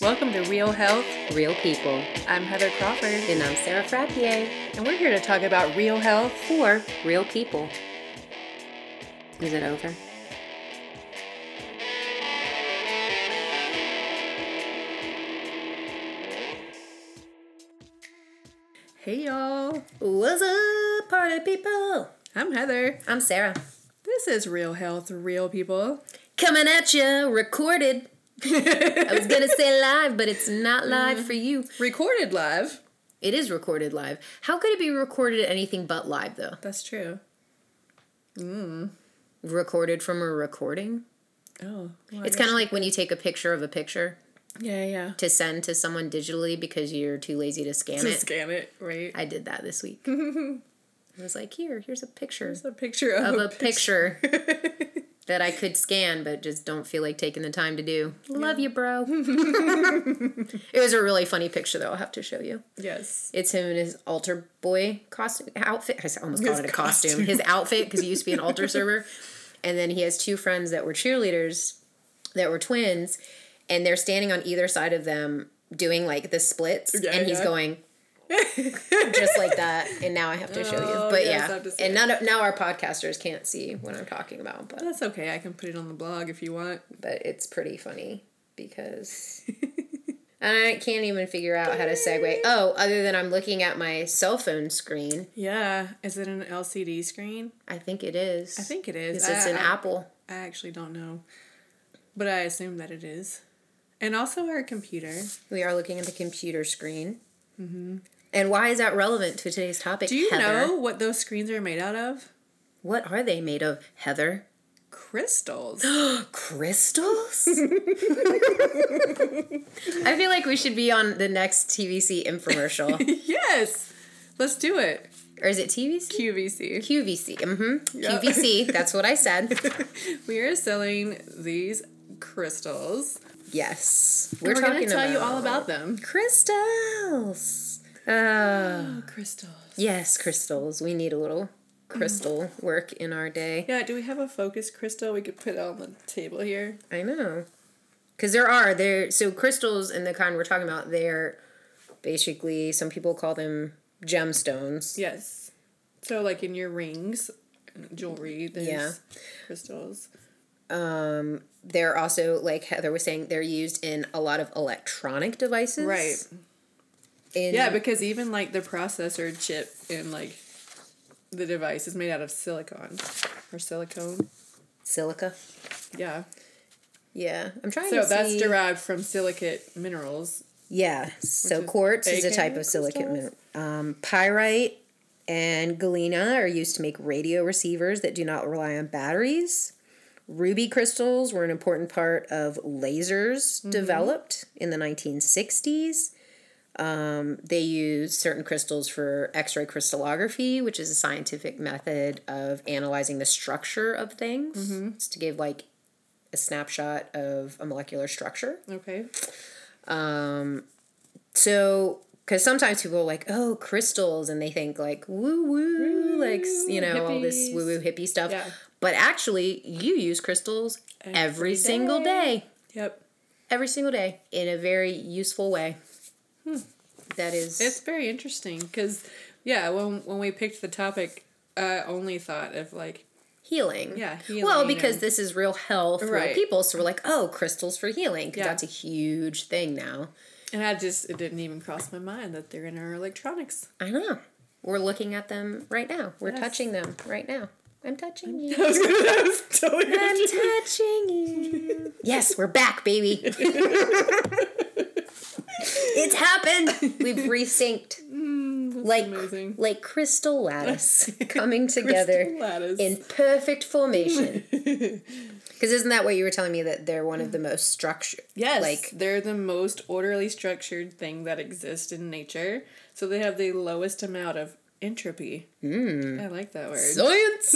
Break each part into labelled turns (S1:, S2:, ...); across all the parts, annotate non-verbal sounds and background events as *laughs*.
S1: Welcome to Real Health.
S2: Real people.
S1: I'm Heather Crawford,
S2: And I'm Sarah Frappier.
S1: and we're here to talk about real health.
S2: For real people. Is it over?
S1: Hey, y'all.
S2: What's up, party people?
S1: I'm Heather.
S2: I'm Sarah.
S1: This is Real Health, Real People.
S2: Coming at you, recorded. *laughs* I was gonna say live, but it's not
S1: Mm.
S2: live for you.
S1: Recorded live.
S2: It is recorded live. How could it be recorded anything but live, though?
S1: That's true.
S2: Recorded from a recording?
S1: Oh.
S2: It's kind of like when you take a picture of a picture
S1: of. Yeah, yeah.
S2: to send to someone digitally because you're too lazy to scan
S1: To
S2: it.
S1: scan it, right?
S2: I did that this week. I was like, here, here's a picture
S1: It's a picture of,
S2: of
S1: a
S2: a picture that I could scan, but just don't feel like taking the time to do. Love you, bro. *laughs* it was a really funny picture, though. I'll have to show you.
S1: Yes.
S2: It's him in his altar boy costume outfit. I almost
S1: His
S2: called it a costume.
S1: costume.
S2: His outfit because he used to be an
S1: *laughs*
S2: altar server, and then he has two friends that were cheerleaders, that were twins, and they're standing on either side of them doing like the splits,
S1: Yeah,
S2: and he's
S1: yeah. *laughs*
S2: going. just like that, and now I have to show
S1: Oh,
S2: you. But
S1: yes, I
S2: yeah,
S1: have to see
S2: and
S1: it.
S2: none of, now our podcasters can't see what I'm talking about, but
S1: That's okay. I can put it on the blog if you want.
S2: but it's pretty funny
S1: *laughs*
S2: because I can't even figure out how to segue. Oh, other than I'm looking at my cell phone screen,
S1: Yeah. Is it an LCD screen?
S2: I think it is.
S1: I think it is.
S2: it's, it's
S1: I-
S2: an
S1: I-
S2: Apple.
S1: I actually don't know. But I assume that it is. And also our computer.
S2: We are looking at the computer screen. And why is that relevant to today's topic?
S1: Mm-hmm. Do you
S2: Heather?
S1: know what those screens are made out of?
S2: what are they made of, Heather? *gasps*
S1: *gasps* Crystals. *laughs*
S2: Crystals? I feel like we should be on the next TVC infomercial.
S1: *laughs* yes. Let's do it.
S2: or is it TVC?
S1: QVC.
S2: QVC. Mm-hmm.
S1: Yep.
S2: QVC. That's what I
S1: *laughs*
S2: said.
S1: We are selling these crystals.
S2: Yes,
S1: And we're going to tell you all about them.
S2: crystals. Uh,
S1: Oh, crystals.
S2: yes, crystals. We need a little crystal work in our day.
S1: Yeah, do we have a focus crystal we could put on the table here?
S2: I know, because there are there. So crystals and the kind we're talking about, they're basically some people call them gemstones.
S1: Yes. So like in your rings, jewelry, there's
S2: Yeah.
S1: crystals.
S2: Um, they're also like Heather was saying, they're used in a lot of electronic devices.
S1: Right.
S2: In,
S1: Yeah, because even like the processor chip in like the device is made out of silicon or silicone.
S2: silica.
S1: Yeah.
S2: Yeah, I'm trying
S1: So
S2: to
S1: that's
S2: see-
S1: derived from silicate minerals.
S2: Yeah. So
S1: is
S2: quartz is a
S1: aka
S2: type of silicate mineral. Um, pyrite and galena are used to make radio receivers that do not rely on batteries. Ruby crystals were an important part of lasers developed in the 1960s. Um, they used certain crystals for X ray crystallography, which is a scientific method of analyzing the structure of things. It's to give like a snapshot of a molecular structure.
S1: Okay.
S2: So, because sometimes people are like, oh, crystals, and they think like woo woo, like, s- you know, all this
S1: hippies.
S2: woo woo hippie stuff.
S1: Yeah.
S2: But actually, you use crystals every, single day,
S1: Yep.
S2: every single day in a very useful way. That is,
S1: Hmm. It's very interesting because, yeah, when when we picked the topic, I only thought of like
S2: healing.
S1: Yeah,
S2: well,
S1: healing
S2: because
S1: and-
S2: this is real health, real
S1: Right.
S2: people. So we're like, oh, crystals for healing. 'cause
S1: Yeah.
S2: That's a huge thing now.
S1: And I just, it didn't even cross my mind that they're in our electronics.
S2: *laughs* I know. We're looking at them right now. We're
S1: Yes.
S2: touching them right now. I'm touching you.
S1: I was, gonna, I was totally gonna
S2: I'm
S1: do-
S2: touching you. Yes, we're back, baby. *laughs* it's happened. We've
S1: *laughs*
S2: resynced. like
S1: Mm, amazing.
S2: like crystal
S1: *laughs*
S2: lattice coming together
S1: Crystal lattice.
S2: in perfect
S1: *laughs*
S2: formation. Because isn't that what you were telling me that they're one of the most structured?
S1: yes. Like,
S2: Like
S1: they're the most orderly structured thing that exists in nature. So they have the lowest amount of entropy.
S2: Mm.
S1: I like that word. *laughs*
S2: science.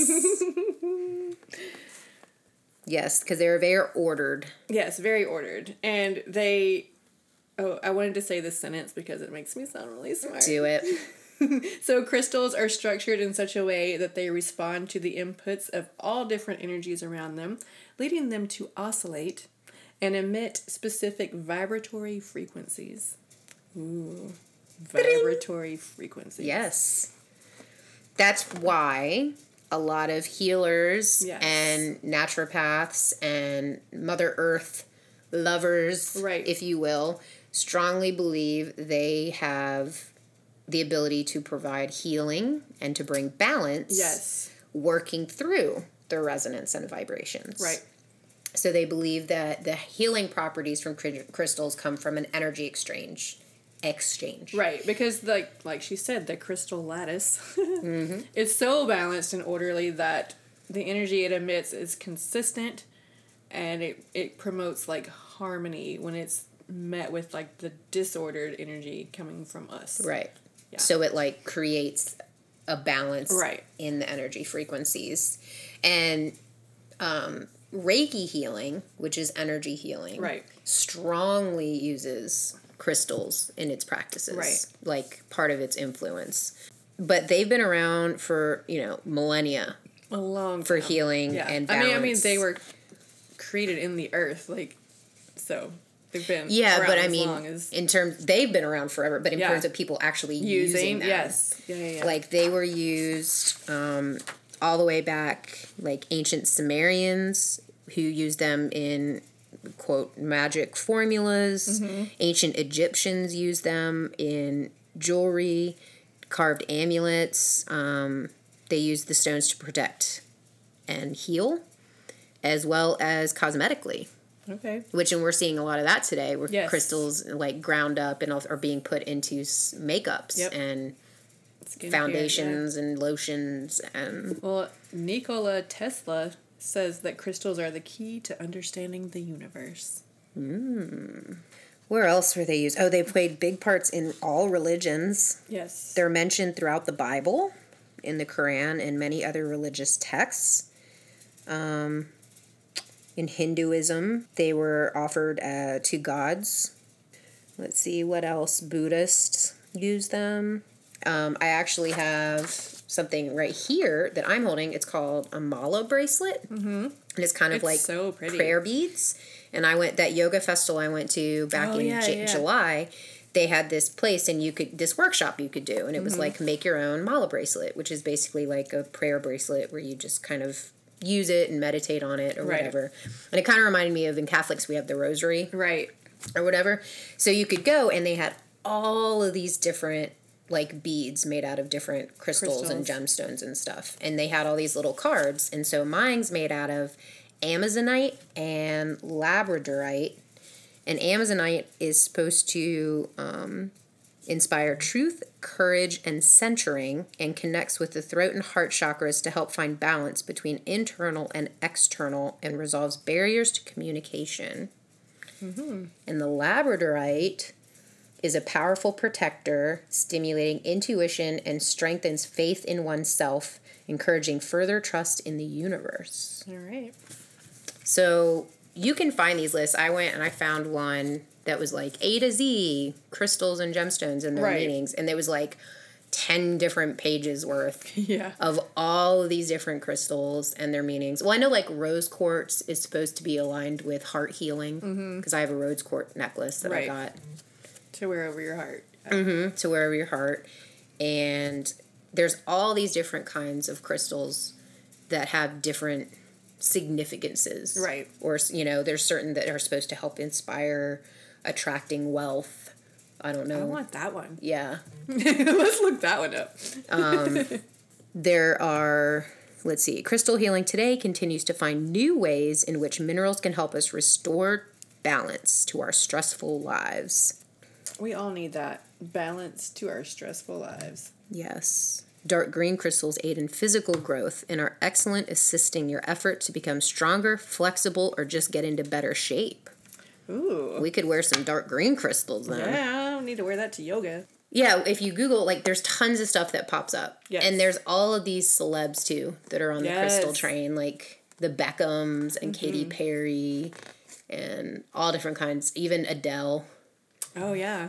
S2: yes, because they're very ordered.
S1: yes, very ordered. And they, oh, I wanted to say this sentence because it makes me sound really smart.
S2: Do it.
S1: So crystals are structured in such a way that they respond to the inputs of all different energies around them, leading them to oscillate and emit specific vibratory frequencies. Ooh, vibratory frequencies.
S2: Yes. That's why a lot of healers
S1: Yes.
S2: and naturopaths and Mother Earth lovers,
S1: Right.
S2: if you will, strongly believe they have the ability to provide healing and to bring balance
S1: Yes.
S2: working through their resonance and vibrations.
S1: Right.
S2: So they believe that the healing properties from cr- crystals come from an energy exchange. Exchange.
S1: Right, because like like she said, the crystal lattice
S2: Mm-hmm.
S1: it's so balanced and orderly that the energy it emits is consistent, and it it promotes like harmony when it's met with like the disordered energy coming from us.
S2: Right.
S1: Yeah.
S2: So it like creates a balance
S1: Right.
S2: in the energy frequencies. And um, Reiki healing, which is energy healing,
S1: Right.
S2: strongly uses crystals in its practices.
S1: Right.
S2: Like part of its influence. But they've been around for, you know, millennia
S1: a long
S2: for
S1: time.
S2: healing
S1: Yeah,
S2: and
S1: I
S2: balance.
S1: mean, I mean, they were created in the earth, like so they've been
S2: Yeah,
S1: around
S2: but I
S1: as
S2: mean,
S1: long as
S2: in terms, they've been around forever, but in
S1: Yeah.
S2: terms of people actually using,
S1: using,
S2: them,
S1: yes, yeah, yeah, yeah.
S2: like they were used um, all the way back like ancient sumerians who used them in quote magic formulas
S1: Mm-hmm.
S2: ancient egyptians used them in jewelry carved amulets um, they used the stones to protect and heal as well as cosmetically
S1: okay,
S2: which and we're seeing a lot of that today where
S1: Yes.
S2: crystals like ground up and are being put into s- makeups
S1: Yep.
S2: and
S1: Skincare, yeah.
S2: foundations and lotions and
S1: Well, Nikola Tesla says that crystals are the key to understanding the universe.
S2: where else were they used? Oh, they played big parts in all religions.
S1: Yes.
S2: They're mentioned throughout the Bible, in the Quran, and many other religious texts. Um, in Hinduism, they were offered uh, to gods. Let's see what else Buddhists use them. Um, I actually have something right here that I'm holding. It's called a mala bracelet, mm-hmm. and it's kind of
S1: It's
S2: like
S1: so pretty.
S2: prayer beads. And I went that yoga festival I went to back
S1: Oh,
S2: in
S1: yeah,
S2: J-
S1: yeah.
S2: July. They had this place, and you could this workshop you could do, and it
S1: Mm-hmm.
S2: was like make your own mala bracelet, which is basically like a prayer bracelet where you just kind of use it and meditate on it or
S1: Right.
S2: whatever. And it kind of reminded me of in Catholics we have the rosary
S1: right.
S2: or whatever. So you could go and they had all of these different like beads made out of different crystals, and gemstones and stuff. And they had all these little cards. And so mine's made out of amazonite and labradorite. And amazonite is supposed to um, inspire truth, courage, and centering, and connects with the throat and heart chakras to help find balance between internal and external and resolves barriers to communication. And the labradorite is a powerful protector, stimulating intuition and strengthens faith in oneself, encouraging further trust in the universe.
S1: All right.
S2: So you can find these lists. I went and I found one that was like A to Z crystals and gemstones and their
S1: Right.
S2: meanings, and there was like 10 different pages worth
S1: Yeah.
S2: of all of these different crystals and their meanings. Well, I know like rose quartz is supposed to be aligned with heart healing because I have a rose quartz necklace that
S1: Mm-hmm. Right.
S2: I got
S1: To wear over your heart.
S2: to wherever your heart and there's all these different kinds of crystals that have different significances
S1: Right.
S2: or you know there's certain that are supposed to help inspire attracting wealth i don't know
S1: I want that one.
S2: yeah
S1: *laughs* Let's look that one up.
S2: there are let's see crystal healing today continues to find new ways in which minerals can help us restore balance to our stressful lives
S1: We all need that balance to our stressful lives.
S2: Yes. Dark green crystals aid in physical growth and are excellent assisting your effort to become stronger, flexible, or just get into better shape.
S1: Ooh.
S2: We could wear some dark green crystals then. Yeah,
S1: Yeah, I don't need to wear that to yoga.
S2: if you Google, like, there's tons of stuff that pops up.
S1: Yes.
S2: And there's all of these celebs too that are on the crystal
S1: Yes. Mm-hmm.
S2: train, like the Beckhams and Katy Perry and all different kinds, even Adele.
S1: Oh yeah.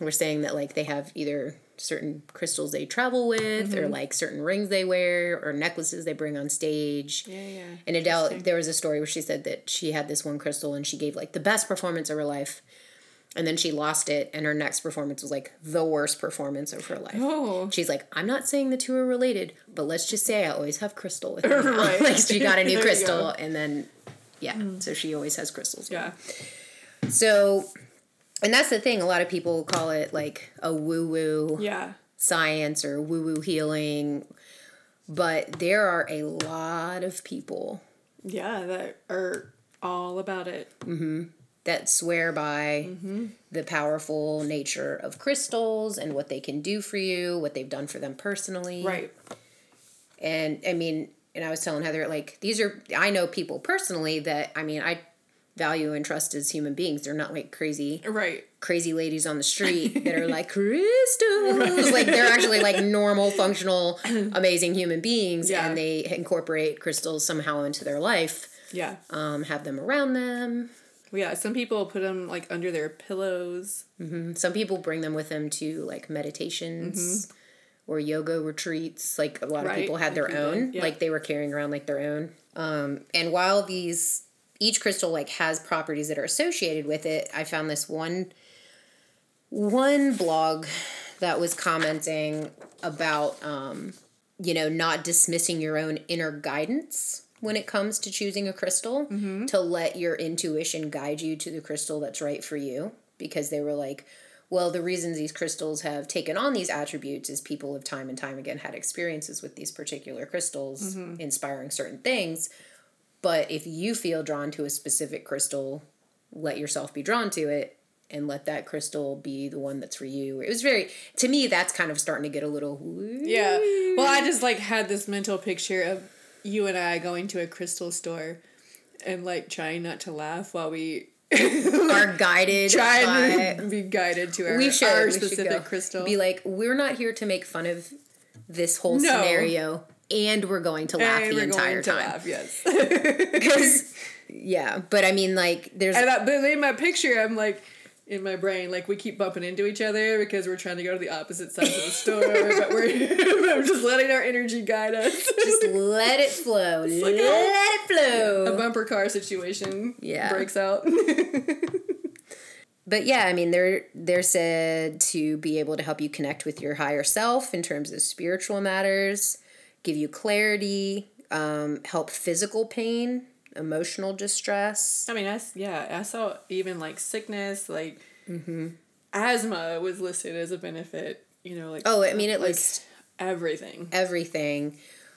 S2: We're saying that, like, they have either certain crystals they travel with
S1: Mm-hmm.
S2: or like certain rings they wear or necklaces they bring on stage.
S1: Yeah, yeah.
S2: And Adele, there was a story where she said that she had this one crystal and she gave like the best performance of her life. And then she lost it, and her next performance was like the worst performance of her life.
S1: Oh.
S2: She's like, I'm not saying the two are related, but let's just say I always have crystal
S1: *laughs*
S2: with me. *laughs* now."
S1: Right. *laughs* Mm.
S2: like she got a
S1: There
S2: new
S1: you
S2: crystal, and then yeah, so she always has crystals.
S1: Yeah.
S2: So, and that's the thing. A lot of people call it like a woo woo
S1: Yeah.
S2: science or woo woo healing, but there are a lot of people
S1: Yeah. That are all about it.
S2: that swear by the powerful nature of crystals and what they can do for you, what they've done for them personally.
S1: Right.
S2: And I mean, and I was telling Heather, like, these are, I know people personally that, I mean, I value and trust as human beings. They're not like crazy,
S1: Right.
S2: crazy ladies on the street that are like, crystals. Like, they're actually like normal, functional, amazing human beings.
S1: Yeah.
S2: And they incorporate crystals somehow into their life,
S1: Yeah.
S2: um, have them around them.
S1: Well, yeah. Some people put them like under their pillows.
S2: Some people bring them with them to like meditations or yoga retreats. Like a lot
S1: Mm-hmm. Right,
S2: of people had their
S1: like you did,
S2: own.
S1: yeah.
S2: Like they were carrying around like their own. Um, and while these each crystal like has properties that are associated with it, I found this one one blog that was commenting about um, you know not dismissing your own inner guidance when it comes to choosing a crystal to let your intuition guide you to the crystal that's right for you because they were like well the reasons these crystals have taken on these attributes is people have time and time again had experiences with these particular crystals inspiring certain things but if you feel drawn to a specific crystal let yourself be drawn to it and let that crystal be the one that's for you it was very to me that's kind of starting to get a little
S1: Yeah. Well, I just like had this mental picture of you and I going to a crystal store and like trying not to laugh while we
S2: are guided by
S1: try to be guided to our,
S2: we should,
S1: our
S2: we should
S1: specific
S2: go.
S1: crystal.
S2: Be like, we're not here to make fun of this whole
S1: No.
S2: scenario, and we're going to laugh
S1: And
S2: the
S1: we're
S2: entire
S1: going to
S2: time.
S1: laugh, yes.
S2: *laughs* 'Cause- yeah, but I mean, like, there's
S1: And I, but in my picture, I'm like, in my brain, like we keep bumping into each other because we're trying to go to the opposite
S2: *laughs*
S1: sides of the store, but we're, *laughs* but we're just letting our energy guide us.
S2: just let it flow,
S1: *laughs*
S2: let
S1: like a-
S2: it
S1: A
S2: flow.
S1: bumper car situation
S2: Yeah.
S1: breaks out.
S2: But yeah, I mean, they're they're said to be able to help you connect with your higher self in terms of spiritual matters, give you clarity, um, help physical pain, emotional distress.
S1: I mean, I s- yeah, I saw even like sickness, like
S2: Mm-hmm.
S1: asthma was listed as a benefit. You know, like
S2: Oh, I mean, it
S1: like
S2: lists-
S1: everything.
S2: everything.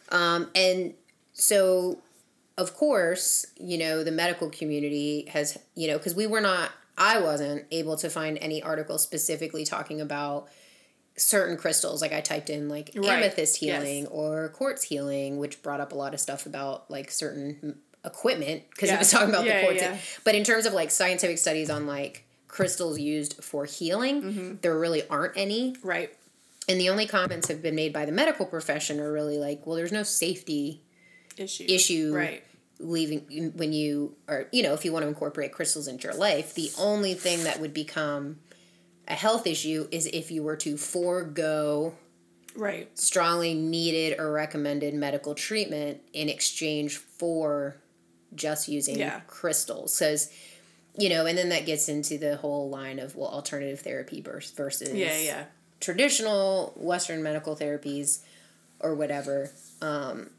S2: Um, and so, of course, you know, the medical community has, you know, because we were not, I wasn't able to find any article specifically talking about certain crystals. Like I typed in like
S1: Right.
S2: amethyst
S1: Yes.
S2: healing or quartz healing, which brought up a lot of stuff about like certain equipment because
S1: Yeah.
S2: it was talking about
S1: Yeah,
S2: the quartz.
S1: yeah.
S2: But in terms of like scientific studies on like crystals used for healing,
S1: Mm-hmm.
S2: there really aren't any.
S1: Right.
S2: And the only comments have been made by the medical profession are really like, well, there's no safety
S1: Issue.
S2: issue
S1: Right.
S2: leaving when you are, you know, if you want to incorporate crystals into your life. The only thing that would become a health issue is if you were to forego
S1: Right.
S2: strongly needed or recommended medical treatment in exchange for just using
S1: Yeah.
S2: crystals. Because, you know, and then that gets into the whole line of, well, alternative therapy vers- versus
S1: Yeah. Yeah.
S2: traditional Western medical therapies or whatever. Um,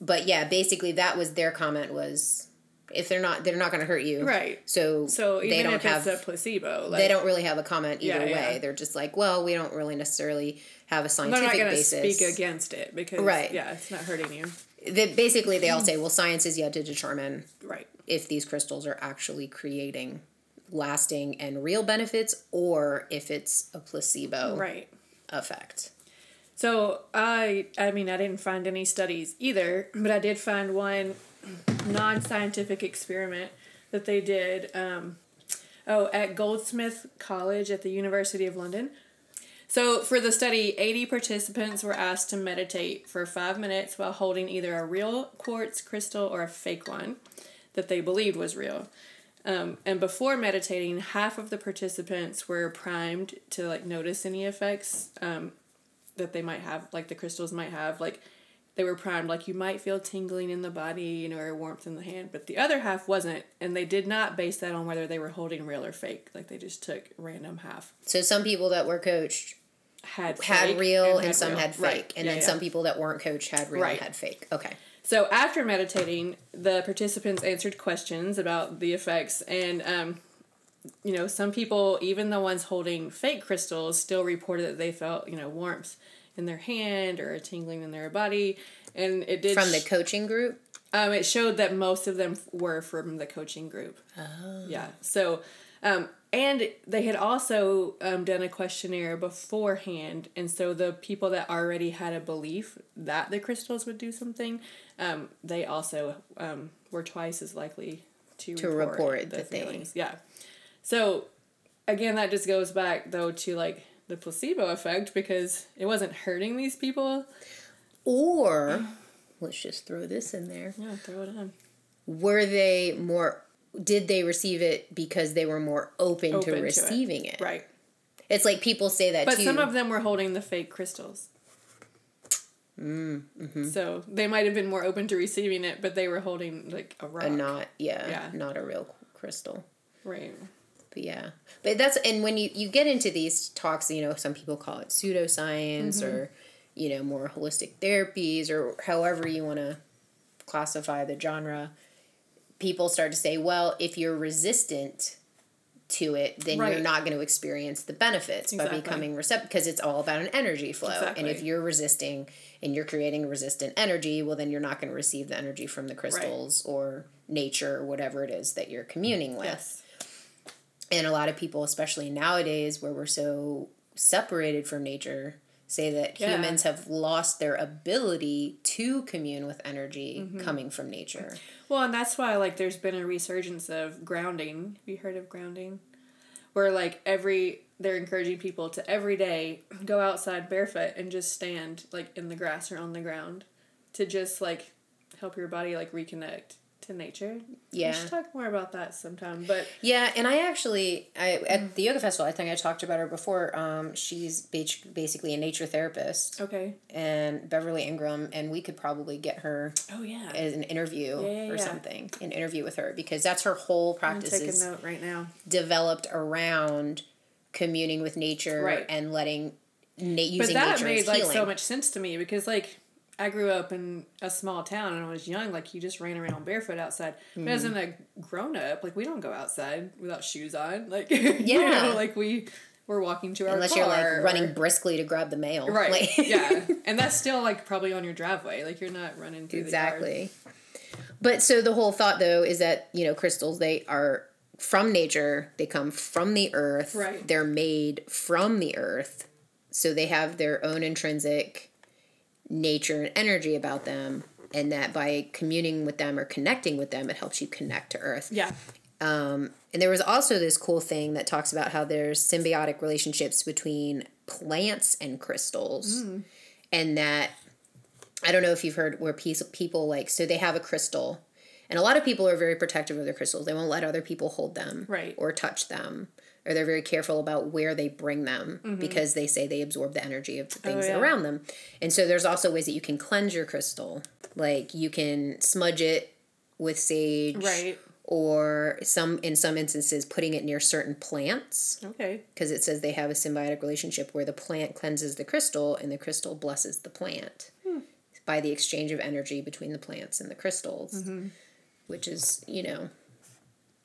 S2: but yeah, basically that was their comment was if they're not they're not going to hurt you,
S1: Right.
S2: So
S1: So even
S2: they don't
S1: if
S2: have
S1: it's a placebo, like,
S2: they don't really have a comment either
S1: Yeah,
S2: way.
S1: yeah.
S2: They're just like, well, we don't really necessarily have a
S1: they're
S2: scientific
S1: not going to
S2: basis.
S1: speak against it because
S2: Right.
S1: Yeah, it's not hurting you.
S2: They- basically, they
S1: *laughs*
S2: all say, well, science is yet to determine
S1: Right.
S2: if these crystals are actually creating lasting and real benefits or if it's a placebo
S1: Right.
S2: effect.
S1: So I I mean I didn't find any studies either, but I did find one non-scientific experiment that they did um, oh at Goldsmith College at the University of London. So for the study, 80 participants were asked to meditate for 5 minutes while holding either a real quartz crystal or a fake one that they believed was real. Um, and before meditating, half of the participants were primed to like notice any effects that they might have, like the crystals might have, like they were primed, like you might feel tingling in the body, you know, or warmth in the hand, but the other half wasn't, and they did not base that on whether they were holding real or fake. Like they just took random half.
S2: So some people that were coached
S1: Had
S2: had
S1: fake
S2: real and,
S1: had
S2: some
S1: real.
S2: had fake.
S1: Right.
S2: And
S1: Yeah,
S2: then
S1: yeah.
S2: some people that weren't coached had real
S1: Right.
S2: and had fake. Okay.
S1: So after meditating, the participants answered questions about the effects, and um, you know, some people, even the ones holding fake crystals, still reported that they felt you know warmth in their hand or a tingling in their body, and it did
S2: From the coaching group.
S1: um, it showed that most of them were from the coaching group. Oh. Yeah. So, um, and they had also um, done a questionnaire beforehand, and so the people that already had a belief that the crystals would do something, um, they also um, were twice as likely to
S2: To report
S1: the
S2: that they-
S1: feelings. Yeah. So, again, that just goes back though to like the placebo effect because it wasn't hurting these people.
S2: Or let's just throw this in there.
S1: Yeah, throw it on.
S2: Were they more did they receive it because they were more open,
S1: Open to
S2: to
S1: it.
S2: receiving it.
S1: Right.
S2: It's like people say that
S1: But
S2: too.
S1: some of them were holding the fake crystals. So they might have been more open to receiving it, but they were holding like a rock.
S2: and not yeah,
S1: Yeah.
S2: not a real crystal.
S1: Right.
S2: But yeah. But that's and when you you get into these talks, you know, some people call it
S1: Mm-hmm.
S2: pseudoscience or you know, more holistic therapies or however you want to classify the genre. People start to say, well, if you're resistant to it, then
S1: Right.
S2: you're not going to experience the benefits
S1: Exactly.
S2: by becoming receptive because it's all about an energy flow. And if
S1: Exactly.
S2: you're resisting and you're creating resistant energy, well, then you're not going to receive the energy from the crystals or nature or whatever it is that you're communing with.
S1: Yes.
S2: And a lot of people, especially nowadays where we're so separated from nature, say that
S1: Yeah.
S2: humans have lost their ability to commune with energy
S1: Mm-hmm.
S2: coming from nature.
S1: Well, and that's why like there's been a resurgence of grounding. Have you heard of grounding? Where like every they're encouraging people to every day go outside barefoot and just stand like in the grass or on the ground to just like help your body like reconnect to nature.
S2: Yeah.
S1: We should talk more about that sometime. But
S2: Yeah, and I actually I at the yoga festival, I think I talked about her before. Um, she's ba- basically a nature therapist
S1: okay.
S2: and Beverly Ingram and we could probably get her
S1: Oh yeah.
S2: as an interview
S1: Yeah, yeah,
S2: or
S1: yeah.
S2: something, an interview with her because that's her whole
S1: I'm
S2: practice
S1: taking
S2: is
S1: note right now.
S2: developed around communing with nature
S1: Right.
S2: and letting na- using
S1: But that
S2: nature
S1: made
S2: as
S1: like
S2: healing.
S1: so much sense to me because like I grew up in a small town and I was young, like you just ran around barefoot outside. But
S2: Mm-hmm.
S1: as a grown up, like we don't go outside without shoes on. *laughs* Like yeah,
S2: Yeah.
S1: like we we're walking to our
S2: Unless
S1: car
S2: you're like
S1: or-
S2: running briskly to grab the mail,
S1: right *laughs*
S2: Like- *laughs*
S1: yeah, and that's still like probably on your driveway. Like you're not running through The yard.
S2: exactly. But so the whole thought though is that you know crystals they are from nature, they come from the earth,
S1: Right.
S2: they're made from the earth, so they have their own intrinsic nature and energy about them, and that by communing with them or connecting with them, it helps you connect to earth.
S1: Yeah,
S2: And there was also this cool thing that talks about how there's symbiotic relationships between plants and crystals.
S1: Mm.
S2: And that I don't know if you've heard where piece, people like, so they have a crystal. And a lot of people are very protective of their crystals. They won't let other people hold them
S1: Right.
S2: or touch them. Or they're very careful about where they bring them because they say they absorb the energy of the things that
S1: Mm-hmm. Oh, yeah.
S2: are around them. And so there's also ways that you can cleanse your crystal. Like you can smudge it with sage
S1: Right.
S2: or some in some instances putting it near certain plants
S1: okay,
S2: because it says they have a symbiotic relationship where the plant cleanses the crystal and the crystal blesses the plant
S1: Hmm.
S2: by the exchange of energy between the plants and the crystals
S1: Mm-hmm.
S2: which is you know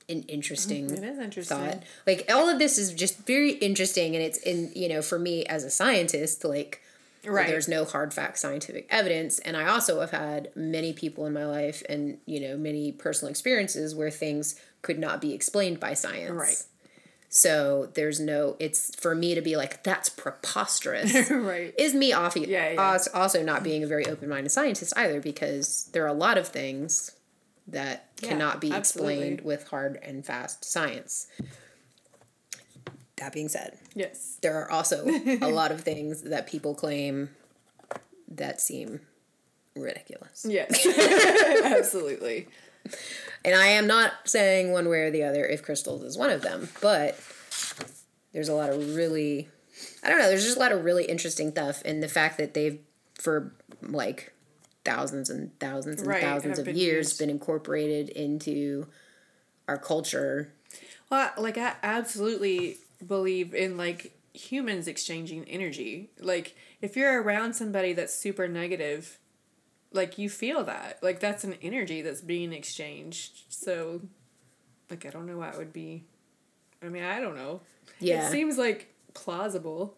S2: an interesting
S1: Mm-hmm. it is interesting.
S2: thought like all of this is just very interesting and it's in you know for me as a scientist like
S1: Right.
S2: there's no hard fact scientific evidence and i also have had many people in my life and you know many personal experiences where things could not be explained by science
S1: Right.
S2: so there's no it's for me to be like that's
S1: *laughs*
S2: preposterous
S1: right.
S2: is me off
S1: Yeah, yeah.
S2: als- also not being a very open-minded scientist either because there are a lot of things that
S1: Yeah,
S2: cannot be
S1: absolutely.
S2: explained with hard and fast science that being said
S1: yes.
S2: there are also
S1: *laughs*
S2: a lot of things that people claim that seem ridiculous. *laughs*
S1: Yes. *laughs* Absolutely.
S2: And I am not saying one way or the other if crystals is one of them, but there's a lot of really I don't know. There's just a lot of really interesting stuff, and the fact that they've for like thousands and thousands and
S1: Right,
S2: thousands
S1: have
S2: of
S1: been
S2: years
S1: used.
S2: been incorporated into our culture.
S1: Well, I- like I absolutely believe in like humans exchanging energy. Like if you're around somebody that's super negative, like you feel that. Like that's an energy that's being exchanged. So like I don't know why it would be I mean, I don't know.
S2: Yeah.
S1: It seems like plausible.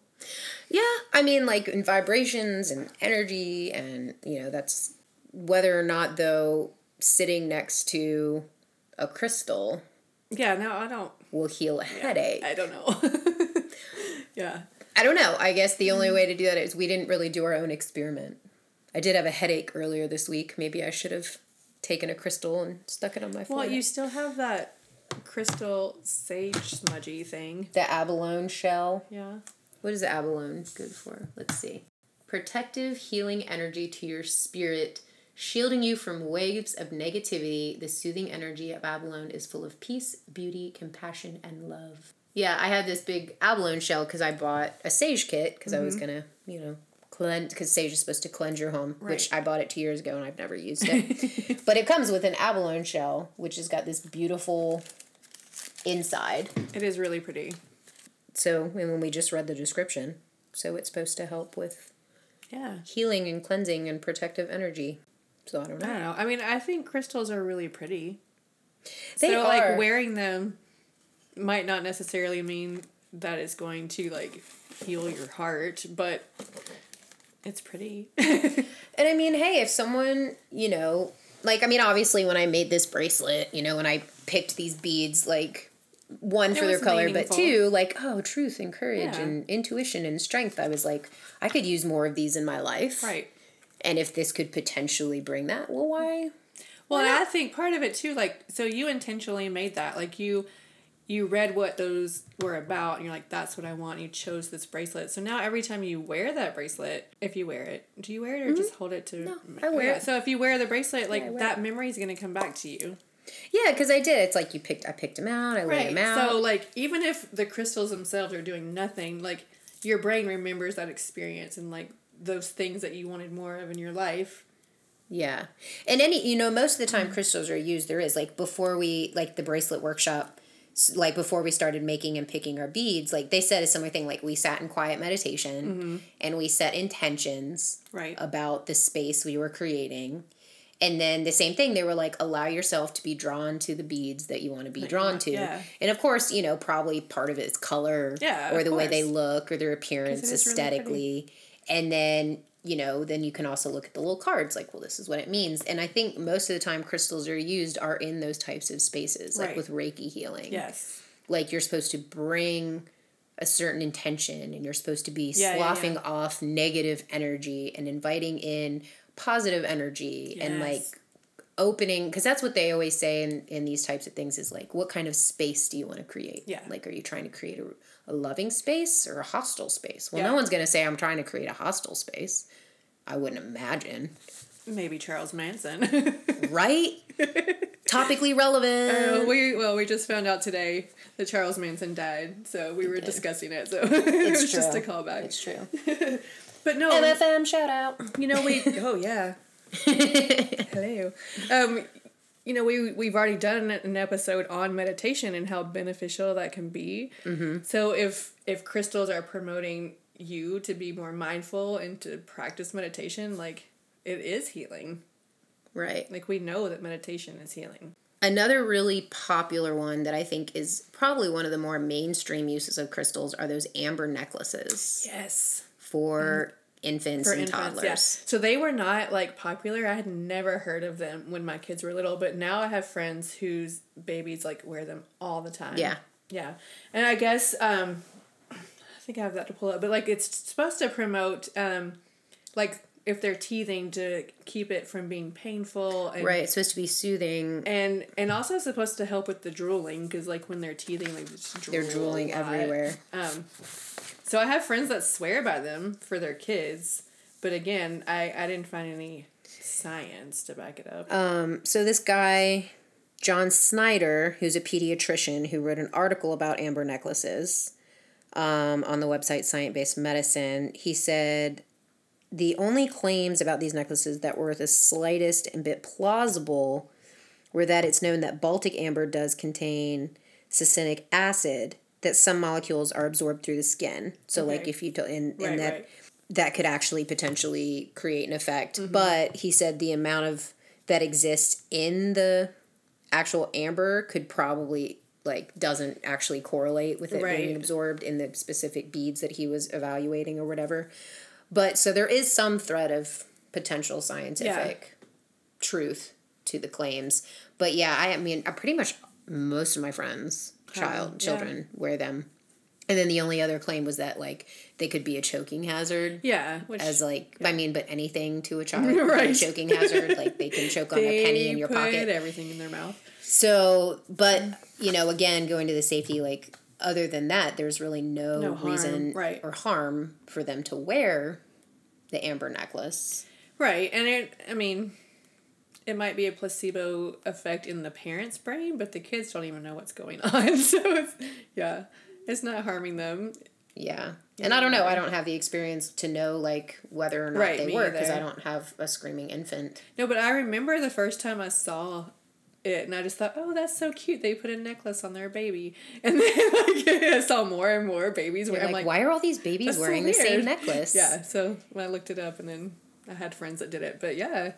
S2: Yeah, I mean, like in vibrations and energy, and you know, that's whether or not though sitting next to a crystal
S1: Yeah, no, I don't
S2: will heal a headache.
S1: I don't know. *laughs* yeah.
S2: I don't know. I guess the
S1: Mm.
S2: only way to do that is we didn't really do our own experiment. I did have a headache earlier this week. Maybe I should have taken a crystal and stuck it on my
S1: Well,
S2: forehead.
S1: you still have that crystal sage smudgy thing.
S2: the abalone shell.
S1: Yeah.
S2: What is abalone good for? Let's see. Protective, healing energy to your spirit, shielding you from waves of negativity. The soothing energy of abalone is full of peace, beauty, compassion, and love. Yeah, I had this big abalone shell because I bought a sage kit because I was gonna, you know, cleanse because sage is supposed to cleanse your home, which I bought it two years ago and I've never used it. but it comes with an abalone shell, which has got this beautiful inside.
S1: It is really pretty.
S2: So, and when we just read the description, so it's supposed to help with
S1: Yeah.
S2: healing and cleansing and protective energy. So I don't
S1: I
S2: know.
S1: don't know. I mean, I think crystals are really pretty.
S2: They
S1: so,
S2: are.
S1: like, wearing them might not necessarily mean that it's going to, like, heal your heart, but it's pretty. *laughs*
S2: And I mean, hey, if someone, you know, like I mean, obviously when I made this bracelet, you know, when I picked these beads, like one for their
S1: was
S2: color,
S1: meaningful.
S2: but two, like oh, truth and courage
S1: Yeah.
S2: and intuition and strength. I was like, I could use more of these in my life,
S1: right.
S2: And if this could potentially bring that, well, why?
S1: Well, and I think part of it, too, like, so you intentionally made that. Like, you. You read what those were about, and you're like, "That's what I want." You chose this bracelet, so now every time you wear that bracelet, if you wear it, do you wear it or just hold it to? No,
S2: Mm-hmm. I wear it.
S1: So if you wear the bracelet, like
S2: I wear
S1: that memory is gonna come back to you.
S2: Yeah, because I did. It's like you picked. I picked them out. I laid
S1: Right.
S2: them out.
S1: So like even if the crystals themselves are doing nothing, like your brain remembers that experience and like those things that you wanted more of in your life.
S2: Yeah. And any, you know, most of the time crystals are used, there is like before we, like the bracelet workshop, s- like before we started making and picking our beads, like they said a similar thing, like we sat in quiet meditation and we set intentions
S1: Right.
S2: about the space we were creating. And then the same thing, they were like, allow yourself to be drawn to the beads that you want to be drawn to.
S1: yeah.
S2: And of course, you know, probably part of it is color
S1: Yeah,
S2: or
S1: of
S2: the way they
S1: course.
S2: look or their appearance
S1: it is really pretty.
S2: aesthetically. and then, you know, then you can also look at the little cards like, well, this is what it means. And I think most of the time crystals are used are in those types of spaces, like
S1: Right.
S2: with Reiki healing.
S1: yes.
S2: Like you're supposed to bring a certain intention and you're supposed to be
S1: Yeah, yeah,
S2: sloughing off negative energy and inviting in positive energy and like
S1: Yes.
S2: opening because that's what they always say in, in these types of things is like what kind of space do you want to create
S1: Yeah.
S2: like are you trying to create a, a loving space or a hostile space well no
S1: Yeah.
S2: one's going to say i'm trying to create a hostile space i wouldn't imagine
S1: Maybe Charles Manson.
S2: right topically relevant
S1: Uh, *laughs* we *laughs* well, we just found out today that Charles Manson died, so we were discussing it. So *laughs* it was just a
S2: true.
S1: callback.
S2: it's true
S1: But no,
S2: mfm shout out
S1: you know we *laughs* oh yeah hello um you know we we've already done an episode on meditation and how beneficial that can be mm-hmm. so if if crystals are promoting you to be more mindful and to practice meditation like it is healing
S2: right
S1: like we know that meditation is healing
S2: Another really popular one that I think is probably one of the more mainstream uses of crystals are those amber necklaces
S1: yes
S2: for infants
S1: Mm-hmm. for
S2: and
S1: infants
S2: toddlers.
S1: yeah. so they were not like popular i had never heard of them when my kids were little but now i have friends whose babies like wear them all the time
S2: Yeah.
S1: yeah and i guess um i think i have that to pull up but like it's supposed to promote um like if they're teething to keep it from being painful and
S2: Right, it's supposed to be soothing.
S1: and and also supposed to help with the drooling because like when they're teething like just drool
S2: They're drooling
S1: a lot.
S2: everywhere.
S1: So I have friends that swear by them for their kids, but again, I, I didn't find any science to back it
S2: Um,
S1: up.
S2: So this guy, John Snyder, who's a pediatrician who wrote an article about amber necklaces, um, on the website Science Based Medicine. He said the only claims about these necklaces that were the slightest and bit plausible were that it's known that Baltic amber does contain succinic acid, that some molecules are absorbed through the skin. So, like
S1: Okay.
S2: if you, t- and, and
S1: Right,
S2: that
S1: right.
S2: that could actually potentially create an effect.
S1: Mm-hmm.
S2: But he said the amount of that exists in the actual amber could probably like doesn't actually correlate with it
S1: Right.
S2: being absorbed in the specific beads that he was evaluating or whatever. But so there is some thread of potential scientific truth to the claims. But yeah, I, I mean, I pretty much most of my friends, child,
S1: yeah.
S2: children wear them. And then the only other claim was that like they could be a choking hazard.
S1: Yeah, which
S2: As like, I mean, but anything
S1: *laughs*
S2: to a child,
S1: Right.
S2: a choking hazard, like they can choke on a penny in your
S1: put
S2: pocket.
S1: everything in their mouth.
S2: So, but you know, again, going to the safety, like other than that, there's really no,
S1: No harm,
S2: reason
S1: right.
S2: or harm for them to wear the amber necklace.
S1: Right, and it, I mean, it might be a placebo effect in the parents' brain, but the kids don't even know what's going *laughs* on. So, it's, yeah, it's not harming them.
S2: Yeah. And I don't know. I don't have the experience to know like whether or not
S1: Right,
S2: they
S1: me
S2: were because I
S1: either.
S2: don't have a screaming infant.
S1: No, but I remember the first time I saw it, and I just thought, oh, that's so cute. They put a necklace on their baby, *laughs* and then like *laughs* I saw more and more babies. Where
S2: Like,
S1: I'm like,
S2: why are all these babies
S1: "That's so
S2: wearing the same
S1: weird."
S2: necklace?
S1: Yeah. So when I looked it up, and then I had friends that did it, but yeah,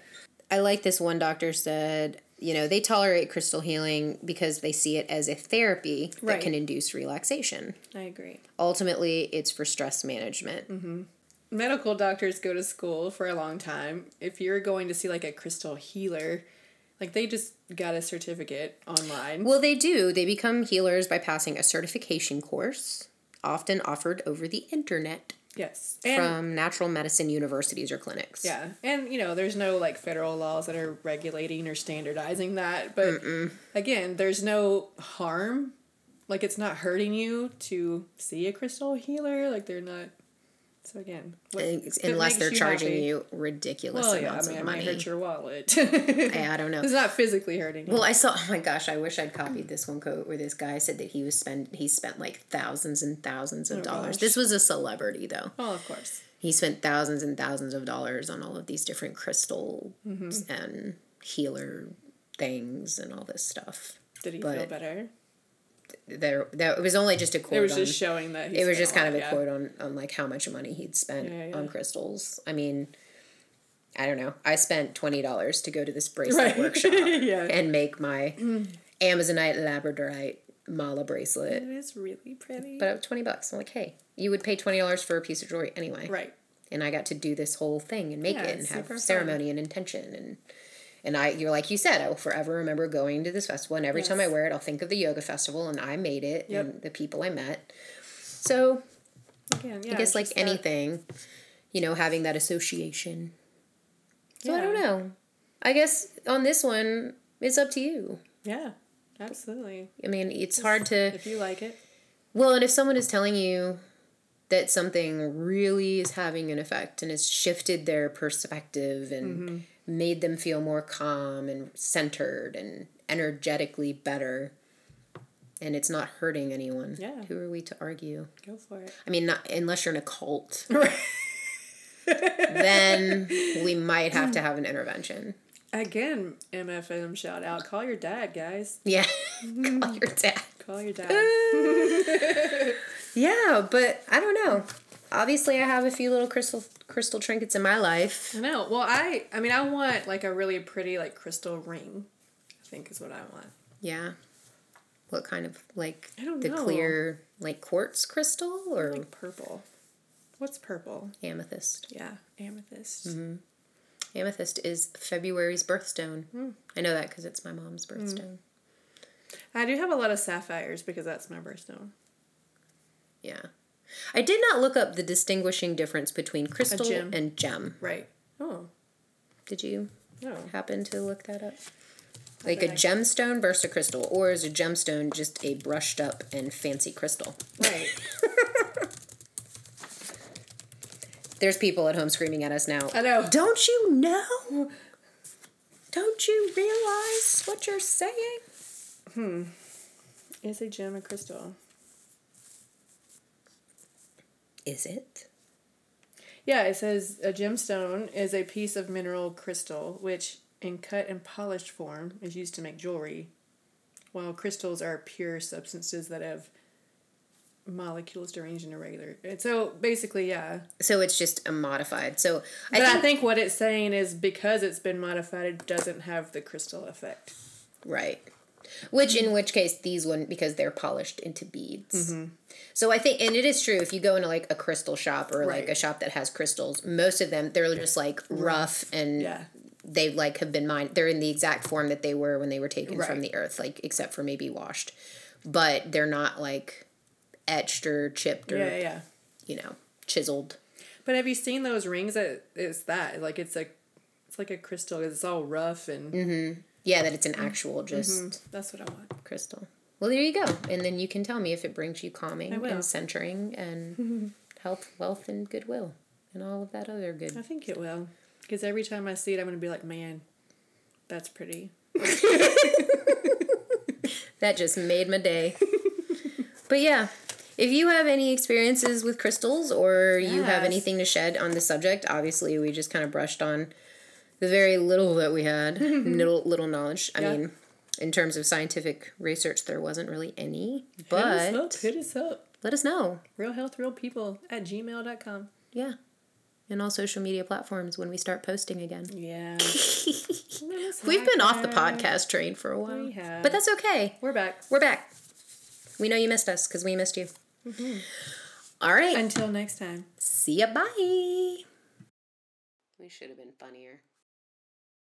S2: I like this one doctor said, you know, they tolerate crystal healing because they see it as a therapy
S1: Right.
S2: that can induce relaxation.
S1: I agree.
S2: Ultimately, it's for stress management.
S1: medical doctors go to school for a long time. If you're going to see like a crystal healer, like they just got a certificate online.
S2: Well, they do. They become healers by passing a certification course, often offered over the internet
S1: yes. And
S2: from natural medicine universities or clinics.
S1: yeah. And you know, there's no like federal laws that are regulating or standardizing that, but again, there's no harm. Like it's not hurting you to see a crystal healer, like they're not so again, what-
S2: Ex-
S1: if it
S2: Unless
S1: makes
S2: they're charging
S1: happy-
S2: you ridiculous
S1: Well, yeah, I
S2: amounts
S1: mean, it
S2: of
S1: might
S2: money.
S1: hurt your wallet. *laughs* it's
S2: Yeah, I don't know.
S1: not physically hurting you.
S2: Well, I saw. *laughs* Oh my gosh! I wish I'd copied this one quote where this guy said that he was spend he spent like thousands and thousands of dollars.
S1: Oh, gosh. Oh.
S2: This was a celebrity though.
S1: well, of course.
S2: He spent thousands and thousands of dollars on all of these different crystals
S1: Mm-hmm.
S2: and healer things and all this stuff.
S1: Did he feel
S2: But-
S1: better?
S2: There, there it was only just a quote.
S1: It was
S2: on,
S1: just showing that he
S2: it was
S1: spent
S2: just
S1: a
S2: kind of
S1: lot,
S2: a
S1: yeah.
S2: quote on on like how much money he'd spent
S1: Yeah, yeah.
S2: on crystals. I mean, I don't know. I spent twenty dollars to go to this bracelet
S1: Right. *laughs*
S2: workshop
S1: Yeah. Mm.
S2: and make my Amazonite Labradorite mala bracelet.
S1: It is really pretty.
S2: But it was twenty bucks. I'm like, hey, you would pay twenty dollars for a piece of jewelry anyway,
S1: right.
S2: and I got to do this whole thing and make
S1: Yeah,
S2: it and
S1: it's super fun.
S2: have ceremony and intention and. And I, you're like you said, I will forever remember going to this festival. And every time I
S1: Yes.
S2: wear it, I'll think of the yoga festival and I made it
S1: Yep.
S2: and the people I met. So
S1: Again, yeah,
S2: I guess
S1: it's
S2: like
S1: just that-
S2: anything, you know, having that association. So I
S1: Yeah.
S2: don't know. I guess on this one, it's up to you.
S1: Yeah, absolutely.
S2: I mean, it's hard to.
S1: If you like it,
S2: Well, and if someone is telling you that something really is having an effect and it's shifted their perspective and
S1: Mm-hmm.
S2: made them feel more calm and centered and energetically better, and it's not hurting anyone,
S1: Yeah.
S2: who are we to argue?
S1: go for it.
S2: I mean, not unless you're in a *laughs* cult.
S1: Right.
S2: then we might have to have an intervention.
S1: Again, MFM shout out. Call your dad, guys.
S2: Yeah. *laughs* Call your dad.
S1: Call your dad.
S2: Yeah, but I don't know. Obviously, I have a few little crystal crystal trinkets in my life.
S1: I know. Well, I I mean, I want like a really pretty like crystal ring. I think is what I want.
S2: Yeah. What kind of like
S1: I don't
S2: the
S1: know.
S2: clear like quartz crystal or
S1: Like purple. What's purple?
S2: amethyst?
S1: Yeah, amethyst.
S2: Amethyst is February's birthstone. I know that because it's my mom's birthstone.
S1: I do have a lot of sapphires because that's my birthstone.
S2: Yeah. I did not look up the distinguishing difference between crystal
S1: gem.
S2: and gem.
S1: Right. Oh
S2: Did you
S1: no.
S2: happen to look that up? Like a
S1: bet I-
S2: gemstone versus a crystal, or is a gemstone just a brushed up and fancy crystal?
S1: Right.
S2: There's people at home screaming at us now.
S1: I know.
S2: Don't you know? Don't you realize what you're saying?
S1: Is a gem a crystal?
S2: Is it?
S1: Yeah, it says a gemstone is a piece of mineral crystal which, in cut and polished form, is used to make jewelry, while crystals are pure substances that have molecules deranged and irregular. And so basically, yeah.
S2: So it's just a modified. So I
S1: But
S2: think,
S1: I think what it's saying is because it's been modified, it doesn't have the crystal effect.
S2: right. Which in which case these wouldn't because they're polished into beads. So I think and it is true if you go into like a crystal shop or like
S1: Right.
S2: a shop that has crystals, most of them they're just like rough and
S1: Yeah.
S2: they like have been mined. They're in the exact form that they were when they were taken from
S1: Right.
S2: the earth, like except for maybe washed, but they're not like etched or chipped or
S1: Yeah, yeah.
S2: you know chiseled.
S1: But have you seen those rings that it's that? Like it's a it's like a crystal. It's all rough and
S2: Mm-hmm. Yeah, that it's an
S1: Mm-hmm.
S2: actual just
S1: that's what I want.
S2: crystal. Well, there you go, and then you can tell me if it brings you calming
S1: I will.
S2: and centering
S1: *laughs*
S2: and health, wealth, and goodwill, and all of that other good.
S1: I think it will. Because every time I see it, I'm going to be like, man, that's pretty.
S2: That just made my
S1: *laughs*
S2: day. but yeah, if you have any experiences with crystals or you have
S1: Yes.
S2: anything to shed on the subject, obviously we just kind of brushed on the very little that we
S1: *laughs*
S2: had, little little knowledge. I
S1: Yeah.
S2: mean, in terms of scientific research, there wasn't really any.
S1: hit us up.
S2: But
S1: Hit us up.
S2: let us know.
S1: Real health, real people at gmail.com.
S2: Yeah. And all social media platforms when we start posting again.
S1: *laughs* Yeah.
S2: We've been off the podcast train for a while.
S1: We have.
S2: But that's okay.
S1: We're back.
S2: We're back. We know you missed us because we missed you. Mm-hmm. All right.
S1: Until next time.
S2: See ya. Bye. We should have been funnier.